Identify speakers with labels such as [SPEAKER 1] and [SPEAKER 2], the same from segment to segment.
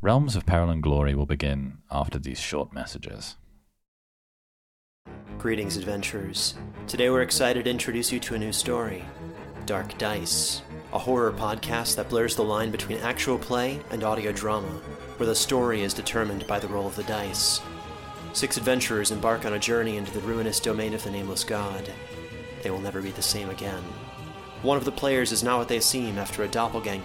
[SPEAKER 1] Realms of Peril and Glory will begin after these short messages.
[SPEAKER 2] Greetings, adventurers. Today we're excited to introduce you to a new story Dark Dice, a horror podcast that blurs the line between actual play and audio drama, where the story is determined by the roll of the dice. Six adventurers embark on a journey into the ruinous domain of the Nameless God. They will never be the same again. One of the players is not what they seem after a doppelganger,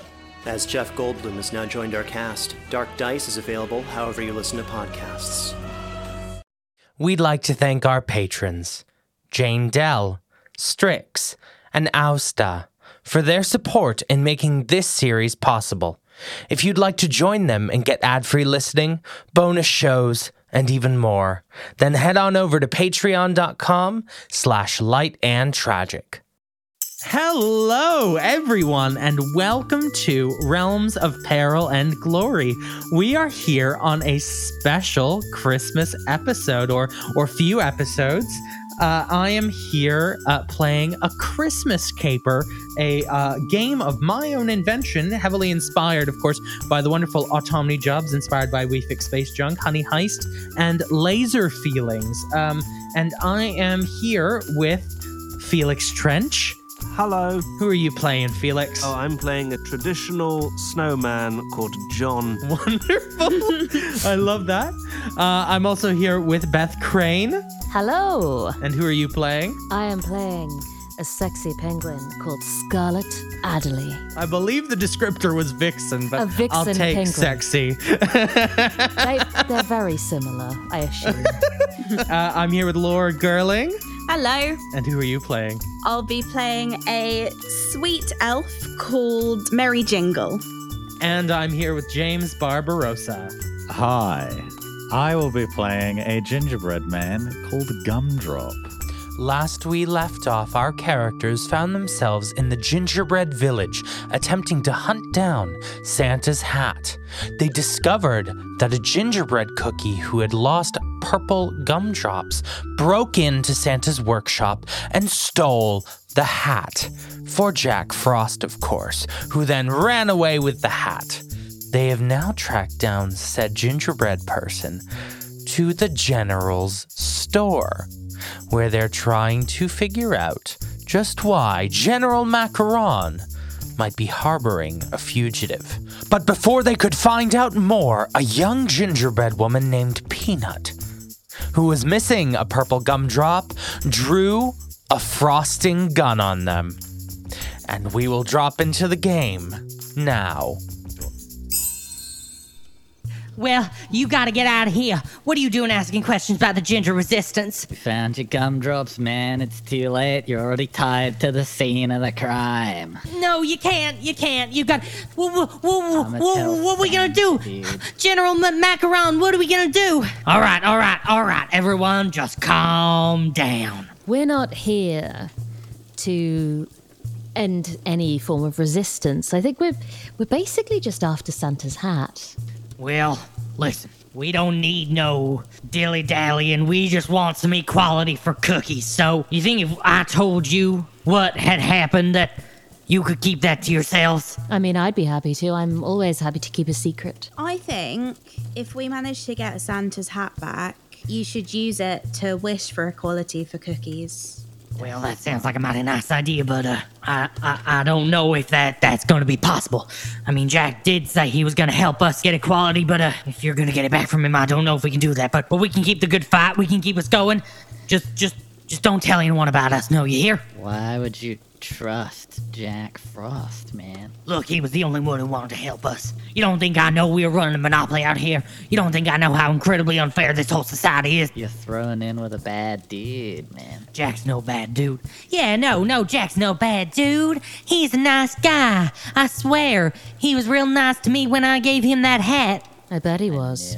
[SPEAKER 2] As Jeff Goldblum has now joined our cast, Dark Dice is available however you listen to podcasts.
[SPEAKER 3] We'd like to thank our patrons, Jane Dell, Strix, and Austa, for their support in making this series possible. If you'd like to join them and get ad free listening, bonus shows, and even more, then head on over to patreon.com slash light and tragic.
[SPEAKER 4] Hello, everyone, and welcome to Realms of Peril and Glory. We are here on a special Christmas episode, or or few episodes. Uh, I am here uh, playing a Christmas caper, a uh, game of my own invention, heavily inspired, of course, by the wonderful Automni Jobs, inspired by We Fix Space Junk, Honey Heist, and Laser Feelings. Um, and I am here with Felix Trench.
[SPEAKER 5] Hello.
[SPEAKER 4] Who are you playing, Felix?
[SPEAKER 5] Oh, I'm playing a traditional snowman called John.
[SPEAKER 4] Wonderful. I love that. Uh, I'm also here with Beth Crane.
[SPEAKER 6] Hello.
[SPEAKER 4] And who are you playing?
[SPEAKER 6] I am playing a sexy penguin called Scarlet Adderley.
[SPEAKER 4] I believe the descriptor was vixen, but
[SPEAKER 6] A vixen
[SPEAKER 4] I'll take
[SPEAKER 6] penguin.
[SPEAKER 4] sexy.
[SPEAKER 6] They, they're very similar, I assume.
[SPEAKER 4] Uh, I'm here with Laura Gerling.
[SPEAKER 7] Hello.
[SPEAKER 4] And who are you playing?
[SPEAKER 7] I'll be playing a sweet elf called Merry Jingle.
[SPEAKER 4] And I'm here with James Barbarossa.
[SPEAKER 8] Hi, I will be playing a gingerbread man called Gumdrop.
[SPEAKER 3] Last we left off, our characters found themselves in the gingerbread village attempting to hunt down Santa's hat. They discovered that a gingerbread cookie who had lost purple gumdrops broke into Santa's workshop and stole the hat. For Jack Frost, of course, who then ran away with the hat. They have now tracked down said gingerbread person to the general's store where they're trying to figure out just why General Macaron might be harboring a fugitive. But before they could find out more, a young gingerbread woman named Peanut, who was missing a purple gumdrop, drew a frosting gun on them. And we will drop into the game now.
[SPEAKER 9] Well, you gotta get out of here. What are you doing asking questions about the ginger resistance?
[SPEAKER 10] We found your gumdrops, man. It's too late. You're already tied to the scene of the crime.
[SPEAKER 9] No, you can't. You can't. You got. What, what, what,
[SPEAKER 10] I'm a
[SPEAKER 9] what, what, are we gonna do? General Ma- Macaron, what are we gonna do? All right, all right, all right. Everyone, just calm down.
[SPEAKER 6] We're not here to end any form of resistance. I think we're we're basically just after Santa's hat.
[SPEAKER 9] Well, listen. We don't need no dilly dallying. We just want some equality for cookies. So, you think if I told you what had happened, that you could keep that to yourselves?
[SPEAKER 6] I mean, I'd be happy to. I'm always happy to keep a secret.
[SPEAKER 7] I think if we manage to get Santa's hat back, you should use it to wish for equality for cookies.
[SPEAKER 9] Well, that sounds like a mighty nice idea, but uh, I, I I don't know if that that's going to be possible. I mean, Jack did say he was going to help us get equality, but uh, if you're going to get it back from him, I don't know if we can do that. But but we can keep the good fight. We can keep us going. Just just just don't tell anyone about us. No, you hear?
[SPEAKER 10] Why would you trust Jack Frost, man?
[SPEAKER 9] Look, he was the only one who wanted to help us. You don't think I know we are running a monopoly out here? You don't think I know how incredibly unfair this whole society is?
[SPEAKER 10] You're thrown in with a bad dude, man.
[SPEAKER 9] Jack's no bad dude. Yeah, no, no, Jack's no bad dude. He's a nice guy. I swear. He was real nice to me when I gave him that hat.
[SPEAKER 6] I bet he was.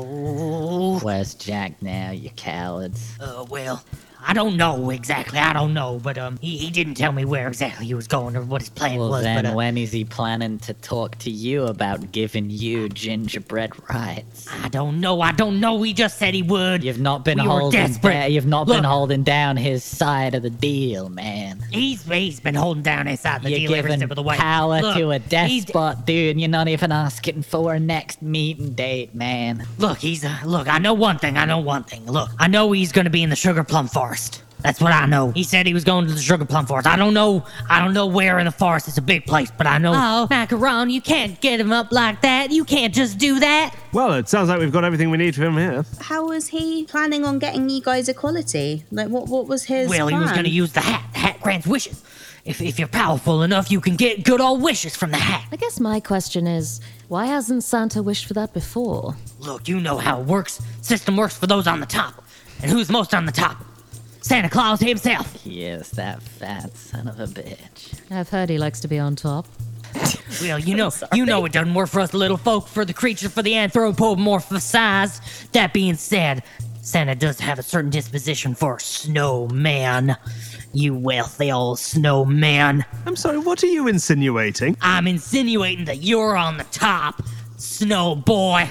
[SPEAKER 9] Oh.
[SPEAKER 10] Where's Jack now, you cowards?
[SPEAKER 9] Uh, well, I don't know exactly. I don't know, but um, he, he didn't tell me where exactly he was going or what his plan
[SPEAKER 10] Well,
[SPEAKER 9] was.
[SPEAKER 10] then
[SPEAKER 9] but uh,
[SPEAKER 10] when is he planning to talk to you about giving you gingerbread rights?
[SPEAKER 9] I don't know. I don't know. He just said he would.
[SPEAKER 10] You've not been
[SPEAKER 9] We were
[SPEAKER 10] holding.
[SPEAKER 9] desperate.
[SPEAKER 10] da- you've not been
[SPEAKER 9] Look.
[SPEAKER 10] holding down his side of the deal, man.
[SPEAKER 9] He's he's been holding down his side of the
[SPEAKER 10] You're
[SPEAKER 9] deal every
[SPEAKER 10] giving
[SPEAKER 9] step of the way.
[SPEAKER 10] power
[SPEAKER 9] Look,
[SPEAKER 10] to a
[SPEAKER 9] he's-
[SPEAKER 10] despot, dude. and You're not even asking for a next meeting date, man.
[SPEAKER 9] Look, he's uh, look. I know one thing. I know one thing. Look, I know he's gonna be in the sugar plum forest. That's what I know. He said he was going to the sugar plum forest. I don't know. I don't know where in the forest. It's a big place, but I know.
[SPEAKER 5] Oh,
[SPEAKER 9] macaron! You can't get him up like that. You can't just do that.
[SPEAKER 5] Well, it sounds like we've got everything we need for him here.
[SPEAKER 7] How was he planning on getting you guys equality? Like, what what was his
[SPEAKER 9] well, he was
[SPEAKER 7] plan?
[SPEAKER 9] gonna use the hat. The hat grants wishes. If if you're powerful enough, you can get good old wishes from the hat.
[SPEAKER 6] I guess my question is why hasn't Santa wished for that before?
[SPEAKER 9] Look, you know how it works. System works for those on the top. And who's most on the top? Santa Claus himself.
[SPEAKER 10] Yes, that fat son of a bitch.
[SPEAKER 6] I've heard he likes to be on top.
[SPEAKER 9] Well, you know, you know it doesn't work for us little folk, for the creature, for the anthropomorphized. That being said, Santa does have a certain disposition for a snowman. You wealthy old snowman.
[SPEAKER 5] I'm sorry, what are you insinuating?
[SPEAKER 9] I'm insinuating that you're on the top, snow boy,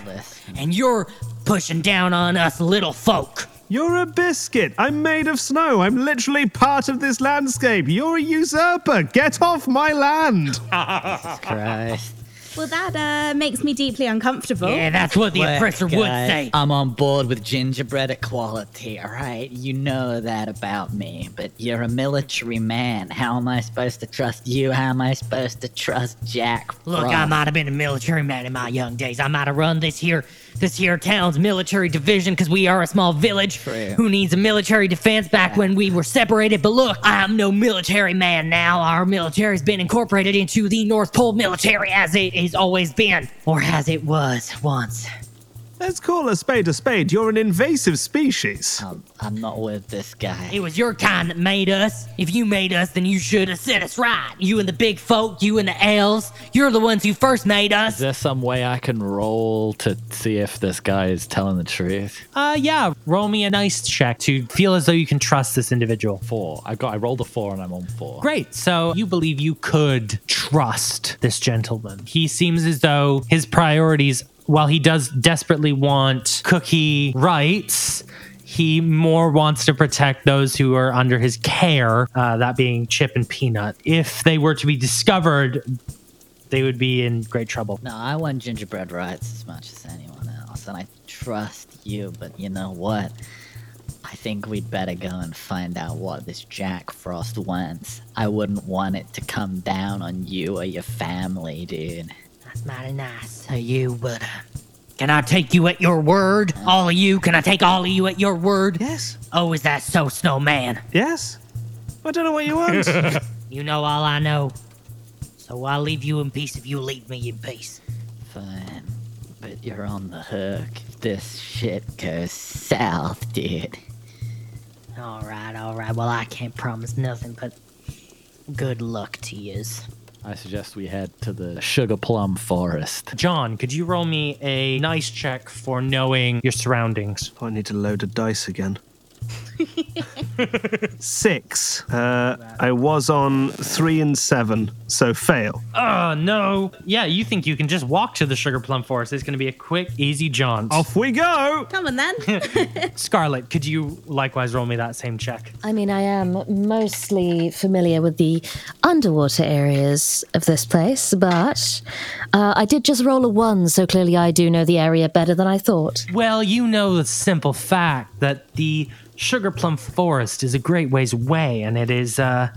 [SPEAKER 9] and you're pushing down on us little folk.
[SPEAKER 5] You're a biscuit. I'm made of snow. I'm literally part of this landscape. You're a usurper. Get off my land.
[SPEAKER 10] Christ.
[SPEAKER 7] Well, that uh, makes me deeply uncomfortable.
[SPEAKER 10] Look, guys, I'm on board with gingerbread equality, all right? You know that about me, but you're a military man. How am I supposed to trust you? How am I supposed to trust Jack?
[SPEAKER 9] Look,
[SPEAKER 10] Frost?
[SPEAKER 9] I might have been a military man in my young days. I might have run this here, this here town's military division because we are a small village who needs a military defense. Back when we were separated, but look, I am no military man now. Our military's been incorporated into the North Pole military as it has always been, or as it was once.
[SPEAKER 5] Let's call a spade a spade. You're an invasive species.
[SPEAKER 10] I'm not with this guy.
[SPEAKER 9] It was your kind that made us. If you made us, then you should have set us right. You and the big folk, you and the elves, you're the ones who first made us.
[SPEAKER 8] Is there some way I can roll to see if this guy is telling the truth?
[SPEAKER 4] Uh, yeah, roll me a nice check to feel as though you can trust this individual.
[SPEAKER 8] Four. I got. I rolled a four and I'm on four.
[SPEAKER 4] Great. So you believe you could trust this gentleman. He seems as though his priorities, while he does desperately want cookie rights, he more wants to protect those who are under his care, uh, that being Chip and Peanut. If they were to be discovered, they would be in great trouble.
[SPEAKER 10] No, I want gingerbread rights as much as anyone else, and I trust you, but you know what? I think we'd better go and find out what this Jack Frost wants. I wouldn't want it to come down on you or your family, dude.
[SPEAKER 9] That's mighty nice of you, but uh, can I take you at your word? All of you, can I take all of you at your word?
[SPEAKER 5] Yes.
[SPEAKER 9] Oh, is that so, Snowman?
[SPEAKER 5] Yes. I don't know what you want.
[SPEAKER 9] you know all I know. So I'll leave you in peace if you leave me in peace.
[SPEAKER 10] Fine. But you're on the hook if this shit goes south, dude.
[SPEAKER 9] All right, all right. Well, I can't promise nothing, but good luck to yous.
[SPEAKER 8] I suggest we head to the sugar plum forest.
[SPEAKER 4] John, could you roll me a nice check for knowing your surroundings?
[SPEAKER 5] Oh, I need to load a dice again. Six. Uh, I was on three and seven, so fail.
[SPEAKER 4] Oh, no. Yeah, you think you can just walk to the Sugar Plum Forest. It's going to be a quick, easy jaunt. Off
[SPEAKER 5] we go.
[SPEAKER 7] Come on then.
[SPEAKER 4] Scarlet, could you likewise roll me that same check?
[SPEAKER 6] I mean, I am mostly familiar with the underwater areas of this place, but uh, I did just roll a one, so clearly I do know the area better than I thought.
[SPEAKER 4] Well, you know the simple fact that the Sugar Plum Forest is a great ways away, and it is uh,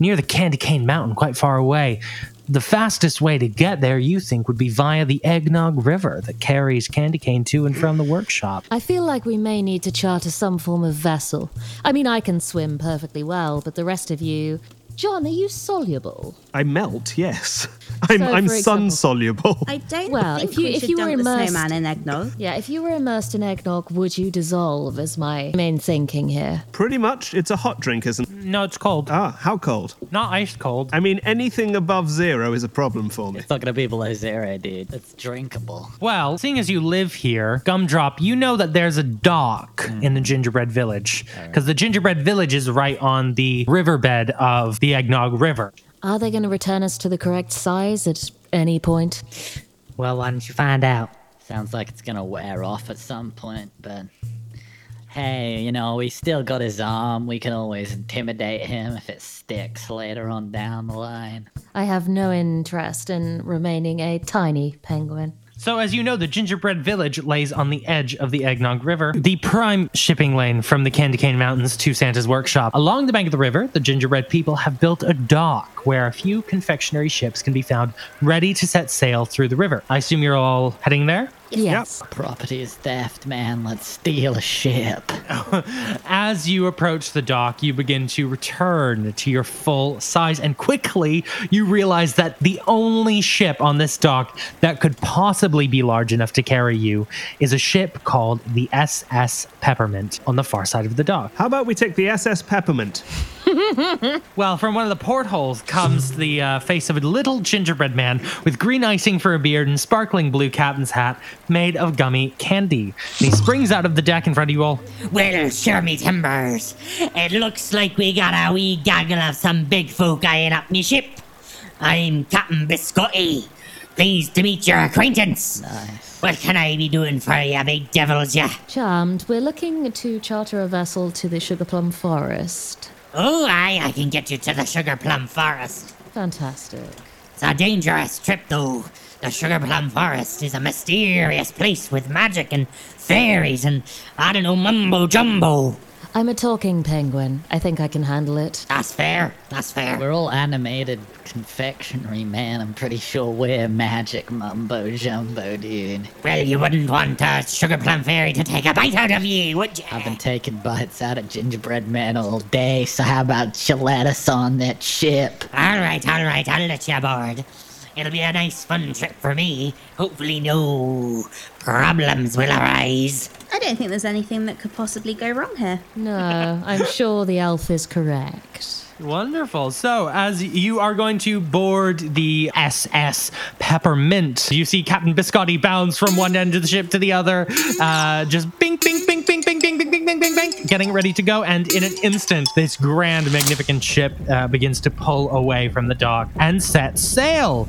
[SPEAKER 4] near the Candy Cane Mountain, quite far away. The fastest way to get there, you think, would be via the Eggnog River that carries candy cane to and from the workshop.
[SPEAKER 6] I feel like we may need to charter some form of vessel. I mean, I can swim perfectly well, but the rest of you, John, are you soluble?
[SPEAKER 5] I melt, yes. I'm,
[SPEAKER 6] So,
[SPEAKER 5] I'm
[SPEAKER 6] for
[SPEAKER 5] sun
[SPEAKER 6] example-
[SPEAKER 5] soluble.
[SPEAKER 7] I don't
[SPEAKER 6] Well,
[SPEAKER 7] think
[SPEAKER 6] if you
[SPEAKER 7] we
[SPEAKER 6] if
[SPEAKER 7] should
[SPEAKER 6] you were
[SPEAKER 7] dump the
[SPEAKER 6] immersed
[SPEAKER 7] snowman in eggnog.
[SPEAKER 6] yeah, if you were immersed in eggnog, would you dissolve? Is my main thinking here.
[SPEAKER 5] Pretty much, it's a hot drink, isn't it?
[SPEAKER 4] No, it's cold.
[SPEAKER 5] Ah, how cold?
[SPEAKER 4] Not ice cold.
[SPEAKER 5] I mean, anything above zero is a problem for me.
[SPEAKER 10] It's not gonna be below zero, dude. It's drinkable.
[SPEAKER 4] Well, seeing as you live here, Gumdrop, you know that there's a dock in the Gingerbread Village because the Gingerbread Village is right on the riverbed of the Eggnog River.
[SPEAKER 6] Are they going to return us to the correct size at any point?
[SPEAKER 9] Well, why don't you find out?
[SPEAKER 10] Sounds like it's gonna wear off at some point, but hey, you know, we still got his arm. We can always intimidate him if it sticks later on down the line.
[SPEAKER 6] I have no interest in remaining a tiny penguin.
[SPEAKER 4] So, as you know, the Gingerbread Village lays on the edge of the Eggnog River, the prime shipping lane from the Candy Cane Mountains to Santa's workshop. Along the bank of the river, the Gingerbread people have built a dock where a few confectionery ships can be found ready to set sail through the river. I assume you're all heading there?
[SPEAKER 6] Yes.
[SPEAKER 10] Property is theft, man. Let's steal a ship.
[SPEAKER 4] As you approach the dock, you begin to return to your full size, and quickly you realize that the only ship on this dock that could possibly be large enough to carry you is a ship called the SS Peppermint on the far side of the dock.
[SPEAKER 5] How about we take the SS Peppermint?
[SPEAKER 4] well, from one of the portholes comes the uh, face of a little gingerbread man with green icing for a beard and sparkling blue captain's hat made of gummy candy. And he springs out of the deck in front of you all.
[SPEAKER 9] Well, sure me timbers. It looks like we got a wee gaggle of some big folk eyeing up me ship. I'm Captain Biscotti. Pleased to meet your acquaintance. What can I be doing for ya, big devils, ya?
[SPEAKER 6] Charmed. We're looking to charter a vessel to the Sugar Plum Forest.
[SPEAKER 9] Oh, aye, I can get you to the Sugar Plum Forest.
[SPEAKER 6] Fantastic.
[SPEAKER 9] It's a dangerous trip, though. The Sugar Plum Forest is a mysterious place with magic and fairies and, I don't know, mumbo jumbo.
[SPEAKER 6] I'm a talking penguin. I think I can handle it.
[SPEAKER 9] That's fair. That's fair.
[SPEAKER 10] We're all animated confectionery, man. I'm pretty sure we're magic mumbo jumbo, dude.
[SPEAKER 9] Well, you wouldn't want a sugar plum fairy to take a bite out of you, would you?
[SPEAKER 10] I've been taking bites out of gingerbread man all day, so how about you let us on that ship?
[SPEAKER 9] All right, all right, I'll let you aboard. It'll be a nice, fun trip for me. Hopefully, no problems will arise.
[SPEAKER 7] I don't think there's anything that could possibly go wrong here.
[SPEAKER 6] No, Uh, I'm sure the elf is correct.
[SPEAKER 4] Wonderful. So, as you are going to board the SS Peppermint, you see Captain Biscotti bounds from one end of the ship to the other, uh, just bing, bing, bing, bing, bing, bing, bing, bing, bing, bing, bing, getting ready to go. And in an instant, this grand, magnificent ship uh, begins to pull away from the dock and set sail.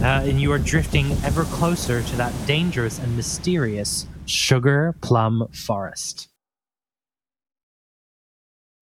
[SPEAKER 4] Uh, and you are drifting ever closer to that dangerous and mysterious sugar plum forest.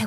[SPEAKER 11] I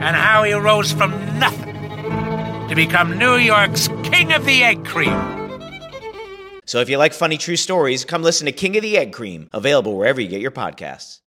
[SPEAKER 12] and how he rose from nothing to become New York's king of the egg cream.
[SPEAKER 13] So if you like funny true stories, come listen to King of the Egg Cream, available wherever you get your podcasts.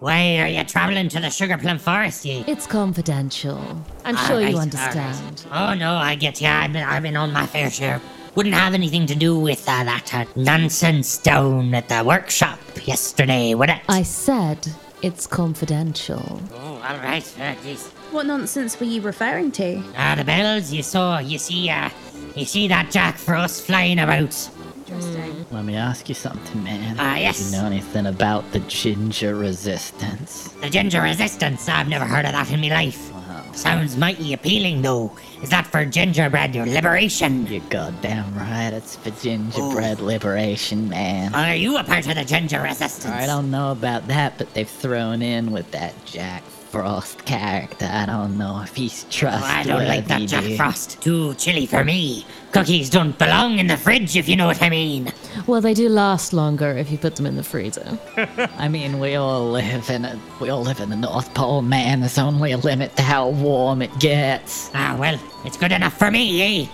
[SPEAKER 9] Why are you traveling to the sugar plum forest, ye?
[SPEAKER 6] It's confidential. I'm
[SPEAKER 9] All
[SPEAKER 6] sure
[SPEAKER 9] right,
[SPEAKER 6] you
[SPEAKER 9] all
[SPEAKER 6] understand.
[SPEAKER 9] right. Oh no, I get ya. I've been, I've been on my fair share. Wouldn't have anything to do with uh, that uh, nonsense down at the workshop yesterday, would it?
[SPEAKER 6] I said it's confidential.
[SPEAKER 9] Oh, all right. Uh, geez.
[SPEAKER 7] What nonsense were you referring to?
[SPEAKER 9] Ah, the bells you saw, you see, uh, you see that Jack Frost flying about. Hmm.
[SPEAKER 10] Let me ask you something, man.
[SPEAKER 9] Ah,
[SPEAKER 10] Do
[SPEAKER 9] yes.
[SPEAKER 10] you know anything about the ginger resistance?
[SPEAKER 9] The ginger resistance, I've never heard of that in my life. Sounds mighty appealing, though. Is that for gingerbread liberation?
[SPEAKER 10] You're goddamn right, it's for gingerbread liberation, man.
[SPEAKER 9] Are you a part of the ginger resistance?
[SPEAKER 10] I don't know about that, but they've thrown in with that Jack Frost character. I don't know if he's trustworthy.
[SPEAKER 9] Oh, I don't like that Jack
[SPEAKER 10] dude.
[SPEAKER 9] Frost. Too chilly for me. Cookies don't belong in the fridge, if you know what I mean.
[SPEAKER 6] Well, they do last longer if you put them in the freezer.
[SPEAKER 10] I mean, we all live in a we all live in the North Pole, man. There's only a limit to how warm it gets.
[SPEAKER 9] Ah, well, it's good enough for me, eh?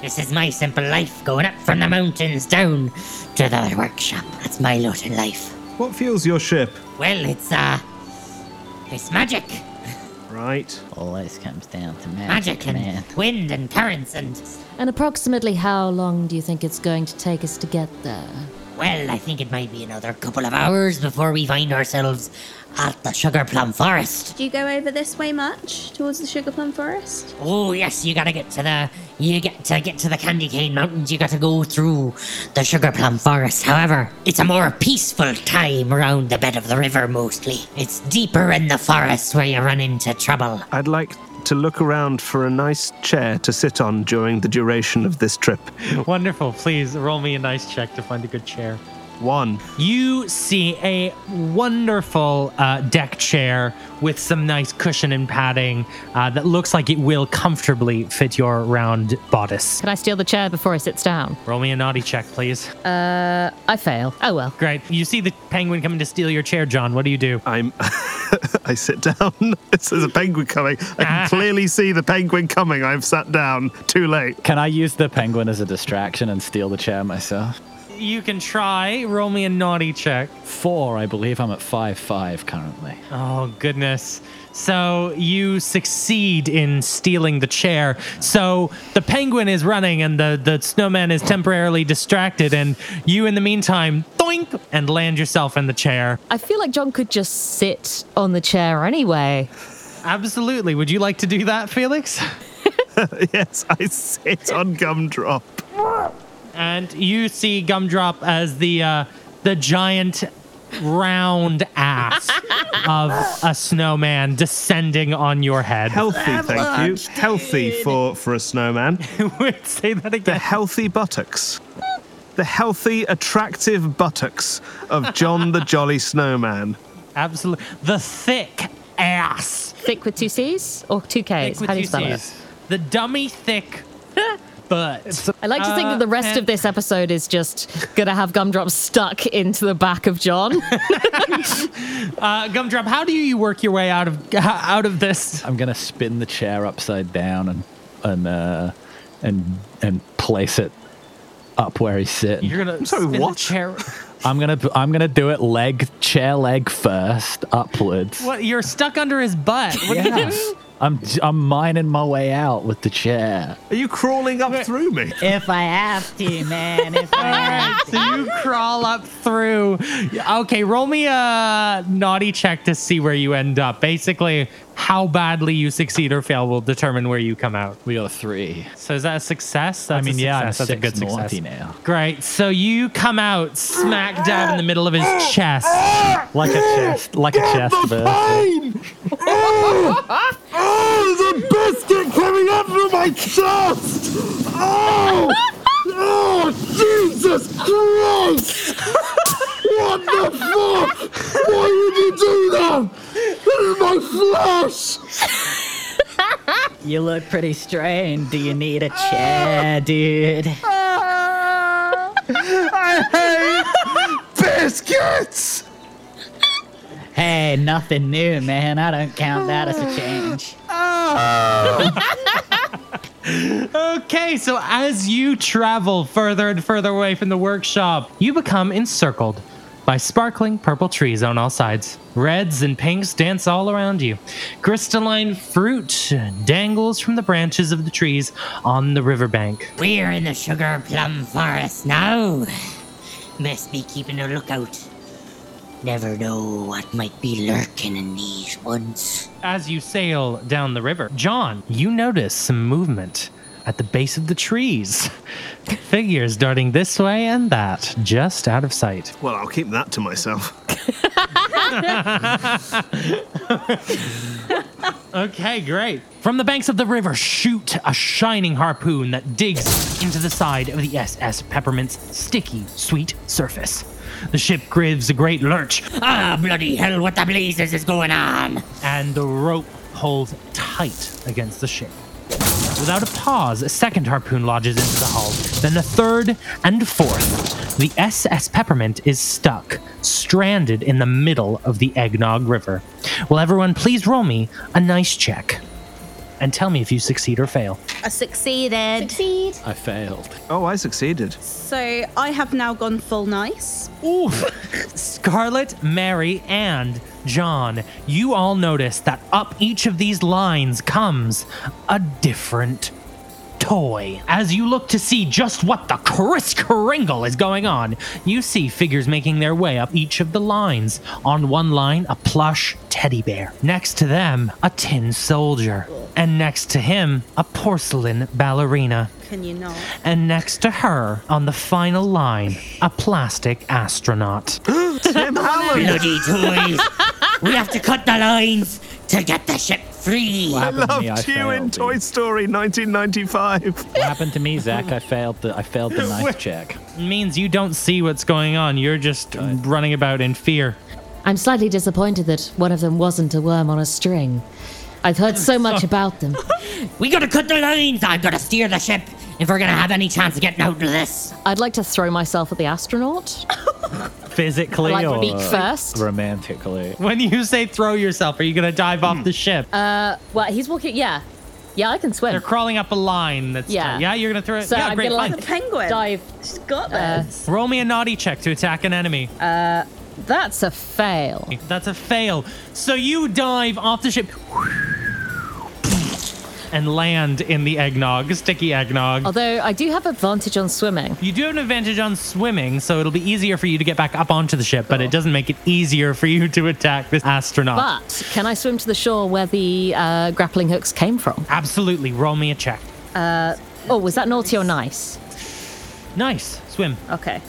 [SPEAKER 9] This is my simple life, going up from the mountains down to the workshop. That's my lot in life.
[SPEAKER 5] What fuels your ship?
[SPEAKER 9] Well, it's, uh, it's magic.
[SPEAKER 5] Right.
[SPEAKER 10] Always comes down to
[SPEAKER 9] Magic and wind and currents and,
[SPEAKER 6] And approximately how long do you think it's going to take us to get there?
[SPEAKER 9] uh, well, I think it might be another couple of hours before we find ourselves at the Sugar Plum Forest.
[SPEAKER 7] Do you go over this way much towards the Sugar Plum Forest?
[SPEAKER 9] Oh yes, you gotta get to the you get to get to the Candy Cane Mountains. You gotta go through the Sugar Plum Forest. However, it's a more peaceful time around the bed of the river mostly. It's deeper in the forest where you run into trouble.
[SPEAKER 5] I'd like to look around for a nice chair to sit on during the duration of this trip.
[SPEAKER 4] Wonderful. Please roll me a nice check to find a good chair.
[SPEAKER 5] One.
[SPEAKER 4] You see a wonderful uh, deck chair with some nice cushion and padding uh, that looks like it will comfortably fit your round bodice.
[SPEAKER 6] Can I steal the chair before it sits down?
[SPEAKER 4] Roll me a naughty check, please.
[SPEAKER 6] Uh, I fail. Oh well.
[SPEAKER 4] Great. You see the penguin coming to steal your chair, John. What do you do?
[SPEAKER 5] I'm. I sit down. There's a penguin coming. I can clearly see the penguin coming. I've sat down. Too late.
[SPEAKER 8] Can I use the penguin as a distraction and steal the chair myself?
[SPEAKER 4] You can try. Roll me a naughty check.
[SPEAKER 8] Four, I believe. I'm at five five currently.
[SPEAKER 4] Oh, goodness. So you succeed in stealing the chair. So the penguin is running and the, the snowman is temporarily distracted, and you, in the meantime, doink, and land yourself in the chair.
[SPEAKER 6] I feel like John could just sit on the chair anyway.
[SPEAKER 4] Absolutely. Would you like to do that, Felix?
[SPEAKER 5] yes, I sit on Gumdrop.
[SPEAKER 4] And you see Gumdrop as the uh, the giant round ass of a snowman descending on your head.
[SPEAKER 5] Healthy, thank you. Healthy for for a snowman.
[SPEAKER 4] Wait, say that again.
[SPEAKER 5] The healthy buttocks. The healthy, attractive buttocks of John the Jolly Snowman.
[SPEAKER 4] Absolutely. The thick ass.
[SPEAKER 6] Thick with two C's or two K's?
[SPEAKER 4] Thick with
[SPEAKER 6] How do you
[SPEAKER 4] two
[SPEAKER 6] spell
[SPEAKER 4] Cs. The dummy thick butt.
[SPEAKER 6] it? I like to think
[SPEAKER 4] Uh,
[SPEAKER 6] that the rest of this episode is just gonna have gumdrops stuck into the back of John.
[SPEAKER 4] Uh, Gumdrop, how do you work your way out of out of this?
[SPEAKER 8] I'm gonna spin the chair upside down and and uh, and and place it up where he's sitting.
[SPEAKER 4] You're gonna sorry, spin the chair.
[SPEAKER 8] I'm gonna I'm gonna do it leg chair leg first upwards.
[SPEAKER 4] What? You're stuck under his butt. What are you doing?
[SPEAKER 8] I'm I'm mining my way out with the chair.
[SPEAKER 5] Are you crawling up through me?
[SPEAKER 10] If I have to, man. If I have
[SPEAKER 4] So you crawl up through. Okay, roll me a naughty check to see where you end up. Basically, how badly you succeed or fail will determine where you come out.
[SPEAKER 8] We got a three.
[SPEAKER 4] So is that a success?
[SPEAKER 8] I
[SPEAKER 4] That's
[SPEAKER 8] mean,
[SPEAKER 4] a
[SPEAKER 8] yeah, I'm
[SPEAKER 4] success. That's a
[SPEAKER 8] six
[SPEAKER 4] good success.
[SPEAKER 8] naughty now.
[SPEAKER 4] Great. So you come out smack dab in the middle of his chest.
[SPEAKER 8] Like a chest, like a chest burst.
[SPEAKER 12] oh, there's a biscuit coming up from my chest! Oh! Oh, Jesus Christ! What the fuck? Why would you do that? That is my flesh!
[SPEAKER 10] You look pretty strained. Do you need a chair, dude?
[SPEAKER 12] I hate biscuits!
[SPEAKER 10] Hey, nothing new, man. I don't count that as a change.
[SPEAKER 4] Okay, so as you travel further and further away from the workshop, you become encircled by sparkling purple trees on all sides. Reds and pinks dance all around you. Crystalline fruit dangles from the branches of the trees on the riverbank.
[SPEAKER 9] We're in the Sugar Plum Forest now. Must be keeping a lookout. Never know what might be lurking in these woods.
[SPEAKER 4] As you sail down the river, John, you notice some movement at the base of the trees. Figures darting this way and that, just out of sight.
[SPEAKER 5] Well, I'll keep that to myself.
[SPEAKER 4] Okay, great. From the banks of the river, shoot a shining harpoon that digs into the side of the SS Peppermint's sticky, sweet surface. The ship gives a great lurch.
[SPEAKER 9] Ah, bloody hell, what the blazes is going on?
[SPEAKER 4] and the rope pulls tight against the ship. Without a pause, a second harpoon lodges into the hull, then the third and fourth. The SS Peppermint is stuck, stranded in the middle of the Eggnog River. Will everyone please roll me a nice check? And tell me if you succeed or fail.
[SPEAKER 7] I succeeded. Succeed.
[SPEAKER 8] I failed.
[SPEAKER 5] Oh, I succeeded.
[SPEAKER 7] So I have now gone full nice.
[SPEAKER 4] Oof. Scarlet, Mary, and John, you all notice that up each of these lines comes a different toy. As you look to see just what the Kris Kringle is going on, you see figures making their way up each of the lines. On one line, a plush teddy bear. Next to them, a tin soldier. And next to him, a porcelain ballerina.
[SPEAKER 7] Can you not?
[SPEAKER 4] And next to her, on the final line, a plastic astronaut.
[SPEAKER 9] Tim
[SPEAKER 5] Allen.
[SPEAKER 9] Bloody toys. we have to cut the lines to get the ship free.
[SPEAKER 5] I loved you in Toy Story 1995.
[SPEAKER 8] What happened to me, Zach? I failed the I failed the knife check.
[SPEAKER 4] means you don't see what's going on. You're just running about in fear.
[SPEAKER 6] I'm slightly disappointed that one of them wasn't a worm on a string. I've heard so much about them.
[SPEAKER 9] We gotta cut the lines. I've gotta steer the ship if we're gonna have any chance of getting out of this.
[SPEAKER 6] I'd like to throw myself at the astronaut.
[SPEAKER 4] Physically
[SPEAKER 6] Like
[SPEAKER 4] or
[SPEAKER 6] beak first?
[SPEAKER 8] Romantically.
[SPEAKER 4] When you say throw yourself, are you going to dive off the ship?
[SPEAKER 6] Uh, well, he's walking. Yeah, yeah, I can swim.
[SPEAKER 4] They're crawling up a line. That's
[SPEAKER 6] Yeah.
[SPEAKER 4] yeah, you're going to throw it.
[SPEAKER 6] So
[SPEAKER 4] yeah,
[SPEAKER 6] I'm
[SPEAKER 4] great.
[SPEAKER 6] gonna
[SPEAKER 4] Fine.
[SPEAKER 6] like penguin. dive.
[SPEAKER 7] She's got
[SPEAKER 6] Uh,
[SPEAKER 7] this.
[SPEAKER 4] Roll me a naughty check to attack an enemy.
[SPEAKER 6] Uh, that's a fail.
[SPEAKER 4] That's a fail. So you dive off the ship and land in the eggnog, sticky eggnog.
[SPEAKER 6] Although I do have advantage on swimming.
[SPEAKER 4] You do have an advantage on swimming, so it'll be easier for you to get back up onto the ship, but it doesn't make it easier for you to attack this astronaut.
[SPEAKER 6] But can I swim to the shore where the uh, grappling hooks came from?
[SPEAKER 4] Absolutely, roll me a check.
[SPEAKER 6] Uh, oh, was that naughty or nice?
[SPEAKER 4] Nice. Swim.
[SPEAKER 6] Okay.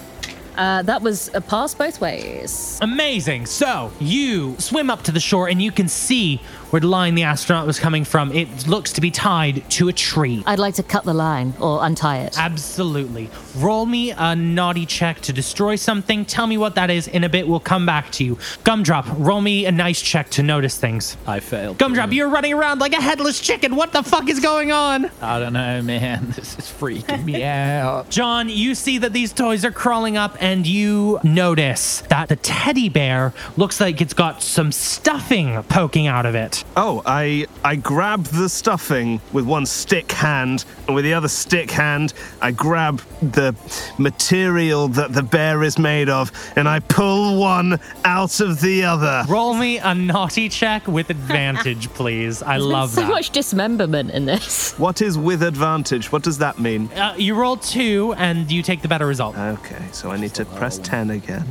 [SPEAKER 6] Uh, that was a pass both ways.
[SPEAKER 4] Amazing. So you swim up to the shore and you can see where the line the astronaut was coming from. It looks to be tied to a tree.
[SPEAKER 6] I'd like to cut the line or untie it.
[SPEAKER 4] Absolutely. Roll me a naughty check to destroy something. Tell me what that is in a bit. We'll come back to you. Gumdrop, roll me a nice check to notice things.
[SPEAKER 8] I failed.
[SPEAKER 4] Gumdrop, you're running around like a headless chicken. What the fuck is going on?
[SPEAKER 8] I don't know, man. This is freaking me out.
[SPEAKER 4] John, you see that these toys are crawling up, and you notice that the teddy bear looks like it's got some stuffing poking out of it.
[SPEAKER 5] Oh, I I grab the stuffing with one stick hand, and with the other stick hand, I grab the material that the bear is made of, and I pull one out of the other.
[SPEAKER 4] Roll me a naughty check with advantage, please. I
[SPEAKER 6] There's been
[SPEAKER 4] love
[SPEAKER 6] so
[SPEAKER 4] that.
[SPEAKER 6] much dismemberment in this.
[SPEAKER 5] What is with advantage? What does that mean?
[SPEAKER 4] Uh, you roll two, and you take the better result.
[SPEAKER 5] Okay, so I need to press 10 again.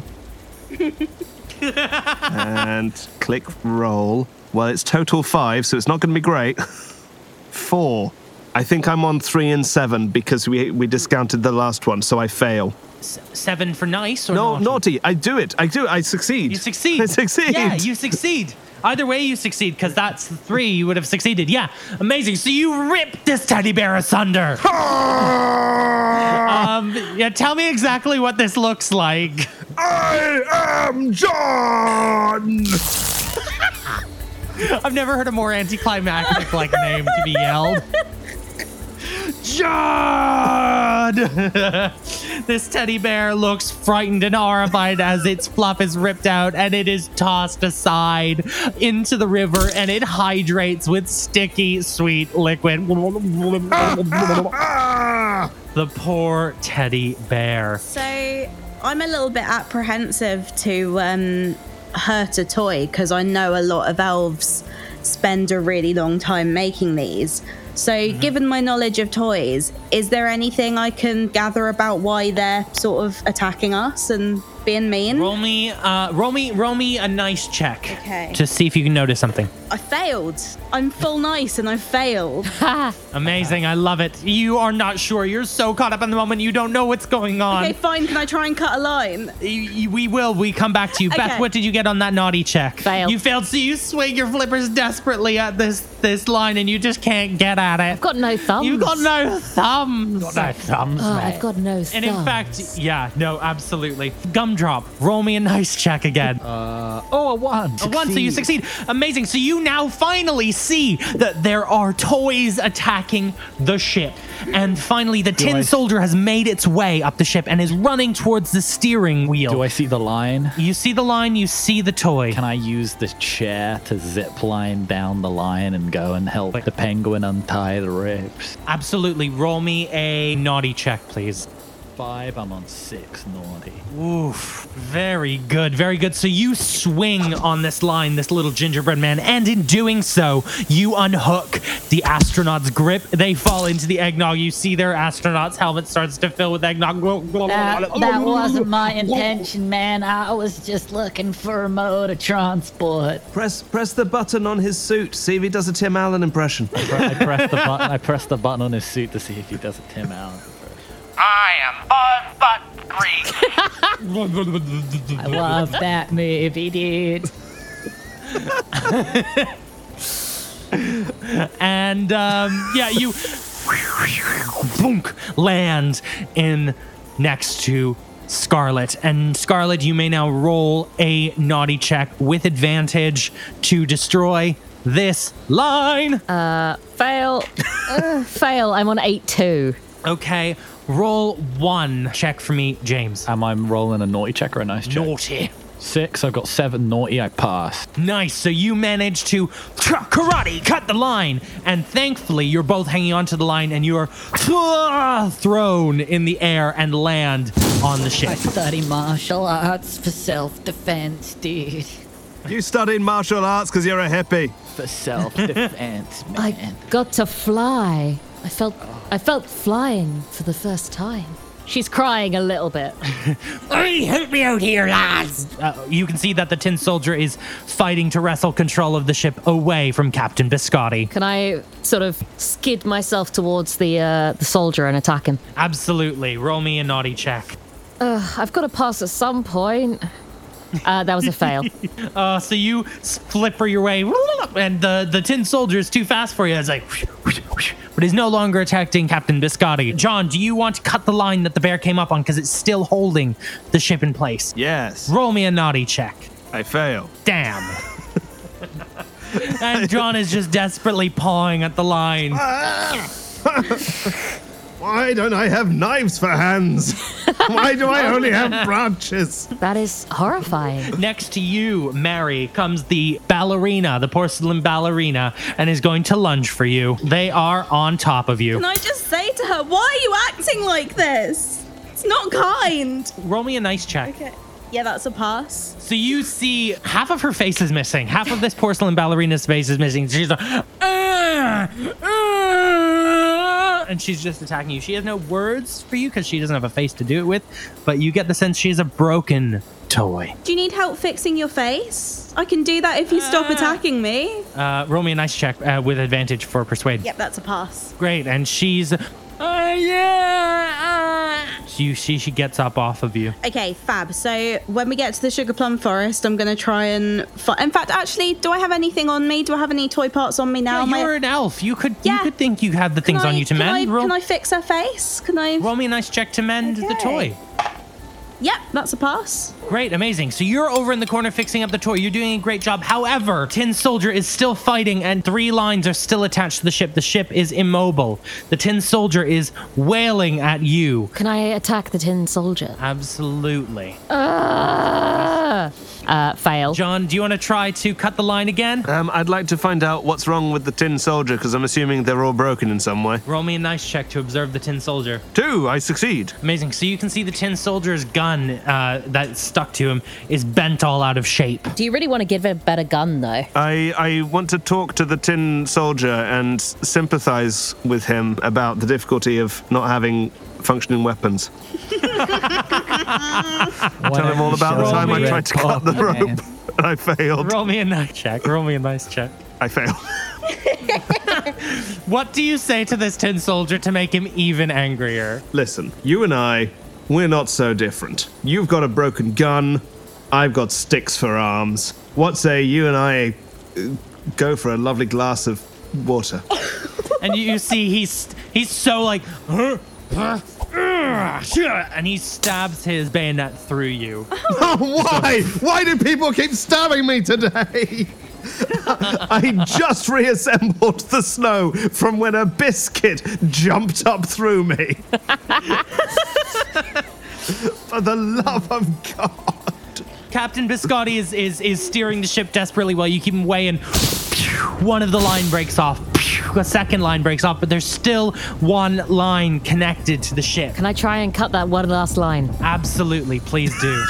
[SPEAKER 5] and click roll. Well, it's total five, so it's not going to be great. Four. I think I'm on three and seven because we, we discounted the last one, so I fail.
[SPEAKER 4] S- seven for nice or
[SPEAKER 5] no,
[SPEAKER 4] naughty?
[SPEAKER 5] naughty. I do it. I do it. I succeed.
[SPEAKER 4] You succeed.
[SPEAKER 5] I succeed.
[SPEAKER 4] Yeah, you succeed. Either way, you succeed because that's three. You would have succeeded. Yeah, amazing. So you rip this teddy bear asunder. um, yeah, tell me exactly what this looks like.
[SPEAKER 5] I am John.
[SPEAKER 4] I've never heard a more anticlimactic like name to be yelled. John! this teddy bear looks frightened and horrified as its fluff is ripped out and it is tossed aside into the river and it hydrates with sticky, sweet liquid. the poor teddy bear.
[SPEAKER 7] So I'm a little bit apprehensive to um, hurt a toy because I know a lot of elves spend a really long time making these. So,
[SPEAKER 4] Mm-hmm.
[SPEAKER 7] given my knowledge of toys, is there anything I can gather about why they're sort of attacking us and being mean?
[SPEAKER 4] Roll me, uh, roll me, roll me a nice check
[SPEAKER 7] Okay.
[SPEAKER 4] to see if you can notice something.
[SPEAKER 7] I failed. I'm full nice and I failed.
[SPEAKER 4] Amazing. I love it. You are not sure. You're so caught up in the moment. You don't know what's going on.
[SPEAKER 7] okay, fine. Can I try and cut a line?
[SPEAKER 4] Y- We will. We come back to you. Beth,
[SPEAKER 7] Okay.
[SPEAKER 4] what did you get on that naughty check?
[SPEAKER 6] Fail.
[SPEAKER 4] You failed, so you swing your flippers desperately at uh, this this line, and you just can't get at it. I've
[SPEAKER 6] got no thumbs.
[SPEAKER 4] You've got no thumbs.
[SPEAKER 6] Oh, I've got no thumbs.
[SPEAKER 4] And in fact, yeah, no, absolutely. Gumdrop, Gumdrop, roll me a nice check again. Uh, oh, a one. A one, so you succeed. Amazing. So you now finally see that there are toys attacking the ship. And finally, the tin
[SPEAKER 8] I-
[SPEAKER 4] soldier has made its way up the ship and is running towards the steering wheel.
[SPEAKER 8] Do I see the line?
[SPEAKER 4] You see the line, you see the toy.
[SPEAKER 8] Can I use the chair to zip line down the line and go and help the penguin untie the ropes?
[SPEAKER 4] Absolutely. Roll me a naughty check, please.
[SPEAKER 8] Five, I'm on six naughty.
[SPEAKER 4] Oof. Very good. Very good. So you swing on this line, this little gingerbread man, and in doing so, you unhook the astronaut's grip. They fall into the eggnog. You see their astronaut's helmet starts to fill with eggnog.
[SPEAKER 10] That, that wasn't my intention, man. I was just looking for a mode of transport.
[SPEAKER 5] Press press the button on his suit. See if he does a Tim Allen impression.
[SPEAKER 8] I press the button. I press the button on his suit to see if he does a Tim Allen.
[SPEAKER 12] I am on but
[SPEAKER 10] I love that movie, dude.
[SPEAKER 4] and um, yeah, you boonk, land in next to Scarlet. And Scarlet, you may now roll a naughty check with advantage to destroy this line.
[SPEAKER 6] Uh, fail. uh, fail. I'm on 8 2.
[SPEAKER 4] Okay, roll one check for me, James.
[SPEAKER 8] Am I rolling a naughty check or a nice check?
[SPEAKER 4] Naughty.
[SPEAKER 8] Six. I've got seven naughty. I pass.
[SPEAKER 4] Nice. So you managed to tra- karate cut the line, and thankfully you're both hanging onto the line, and you are thrown in the air and land on the
[SPEAKER 10] I
[SPEAKER 4] ship.
[SPEAKER 10] study martial arts for self-defense, dude.
[SPEAKER 5] You studied martial arts because you're a hippie.
[SPEAKER 10] For self-defense,
[SPEAKER 6] I got to fly. I felt I felt flying for the first time. She's crying a little bit.
[SPEAKER 4] Hey, help me out here, lads! Uh, you can see that the tin soldier is fighting to wrestle control of the ship away from Captain Biscotti.
[SPEAKER 6] Can I sort of skid myself towards the uh, the soldier and attack him?
[SPEAKER 4] Absolutely. Roll me a naughty check.
[SPEAKER 6] Ugh, I've got to pass at some point. Uh, that was a fail.
[SPEAKER 4] Uh, so you flipper your way, and the, the tin soldier is too fast for you. It's like, but is no longer attacking Captain Biscotti. John, do you want to cut the line that the bear came up on because it's still holding the ship in place?
[SPEAKER 5] Yes.
[SPEAKER 4] Roll me a naughty check.
[SPEAKER 5] I fail.
[SPEAKER 4] Damn. and John is just desperately pawing at the line.
[SPEAKER 12] Ah.
[SPEAKER 5] Why don't I have knives for hands? Why do I only have branches?
[SPEAKER 6] That is horrifying.
[SPEAKER 4] Next to you, Mary, comes the ballerina, the porcelain ballerina, and is going to lunge for you. They are on top of you.
[SPEAKER 7] Can I just say to her, why are you acting like this? It's not kind.
[SPEAKER 4] Roll me a nice check.
[SPEAKER 7] Okay. Yeah, that's a pass.
[SPEAKER 4] So you see half of her face is missing. Half of this porcelain ballerina's face is missing. She's like, "Ah, ah," and she's just attacking you. She has no words for you because she doesn't have a face to do it with, but you get the sense she is a broken toy.
[SPEAKER 7] Do you need help fixing your face? I can do that if you stop attacking me.
[SPEAKER 4] Uh, roll me a nice check uh, with advantage for persuade.
[SPEAKER 7] Yep, that's a pass.
[SPEAKER 4] Great, and she's
[SPEAKER 7] Uh,
[SPEAKER 4] Oh, yeah. she she she gets up off of you.
[SPEAKER 7] Okay, fab. So when we get to the sugar plum forest, I'm gonna try and. Fi- In fact, actually, do I have anything on me? Do I have any toy parts on me now?
[SPEAKER 4] Yeah,
[SPEAKER 7] Am I-
[SPEAKER 4] you're an elf. You could you could think you had the things
[SPEAKER 7] Can
[SPEAKER 4] on
[SPEAKER 7] I-
[SPEAKER 4] you to
[SPEAKER 7] can
[SPEAKER 4] mend.
[SPEAKER 7] I-
[SPEAKER 4] roll,
[SPEAKER 7] Can I fix her face? Can I?
[SPEAKER 4] roll me a nice check to mend the toy.
[SPEAKER 7] Yep, that's a pass.
[SPEAKER 4] Great, amazing. So you're over in the corner fixing up the toy. You're doing a great job. However, Tin Soldier is still fighting, and three lines are still attached to the ship. The ship is immobile. The Tin Soldier is wailing at you.
[SPEAKER 6] Can I attack the tin soldier?
[SPEAKER 4] Absolutely.
[SPEAKER 6] Uh, uh, fail.
[SPEAKER 4] John, do you want to try to cut the line again?
[SPEAKER 5] Um, I'd like to find out what's wrong with the tin soldier because I'm assuming they're all broken in some way.
[SPEAKER 4] Roll me a nice check to observe the Tin Soldier.
[SPEAKER 5] Two, I succeed.
[SPEAKER 4] Amazing. So you can see the Tin Soldier's gun uh, that's stuck to him is bent all out of shape.
[SPEAKER 6] Do you really want to give it a better gun though?
[SPEAKER 5] I, I want to talk to the tin soldier and sympathize with him about the difficulty of not having functioning weapons. Tell him all about the time I tried to cut the rope and I failed.
[SPEAKER 4] Roll me a nice check. Roll me a nice check.
[SPEAKER 5] I failed.
[SPEAKER 4] What do you say to this tin soldier to make him even angrier?
[SPEAKER 5] Listen, you and I, we're not so different. You've got a broken gun, I've got sticks for arms. What say you and I uh, go for a lovely glass of water?
[SPEAKER 4] and you, you see he's he's so like "Huh? Huh? Ugh." And he stabs his bayonet through you.
[SPEAKER 5] Oh, why? Why do people keep stabbing me today? I just reassembled the snow from when a biscuit jumped up through me. For the love of
[SPEAKER 4] Captain Biscotti is, is, is steering the ship desperately while you keep him away, and one of the line breaks off. A second line breaks off, but there's still one line connected to the ship.
[SPEAKER 6] Can I try and cut that one last line?
[SPEAKER 4] Absolutely, please do.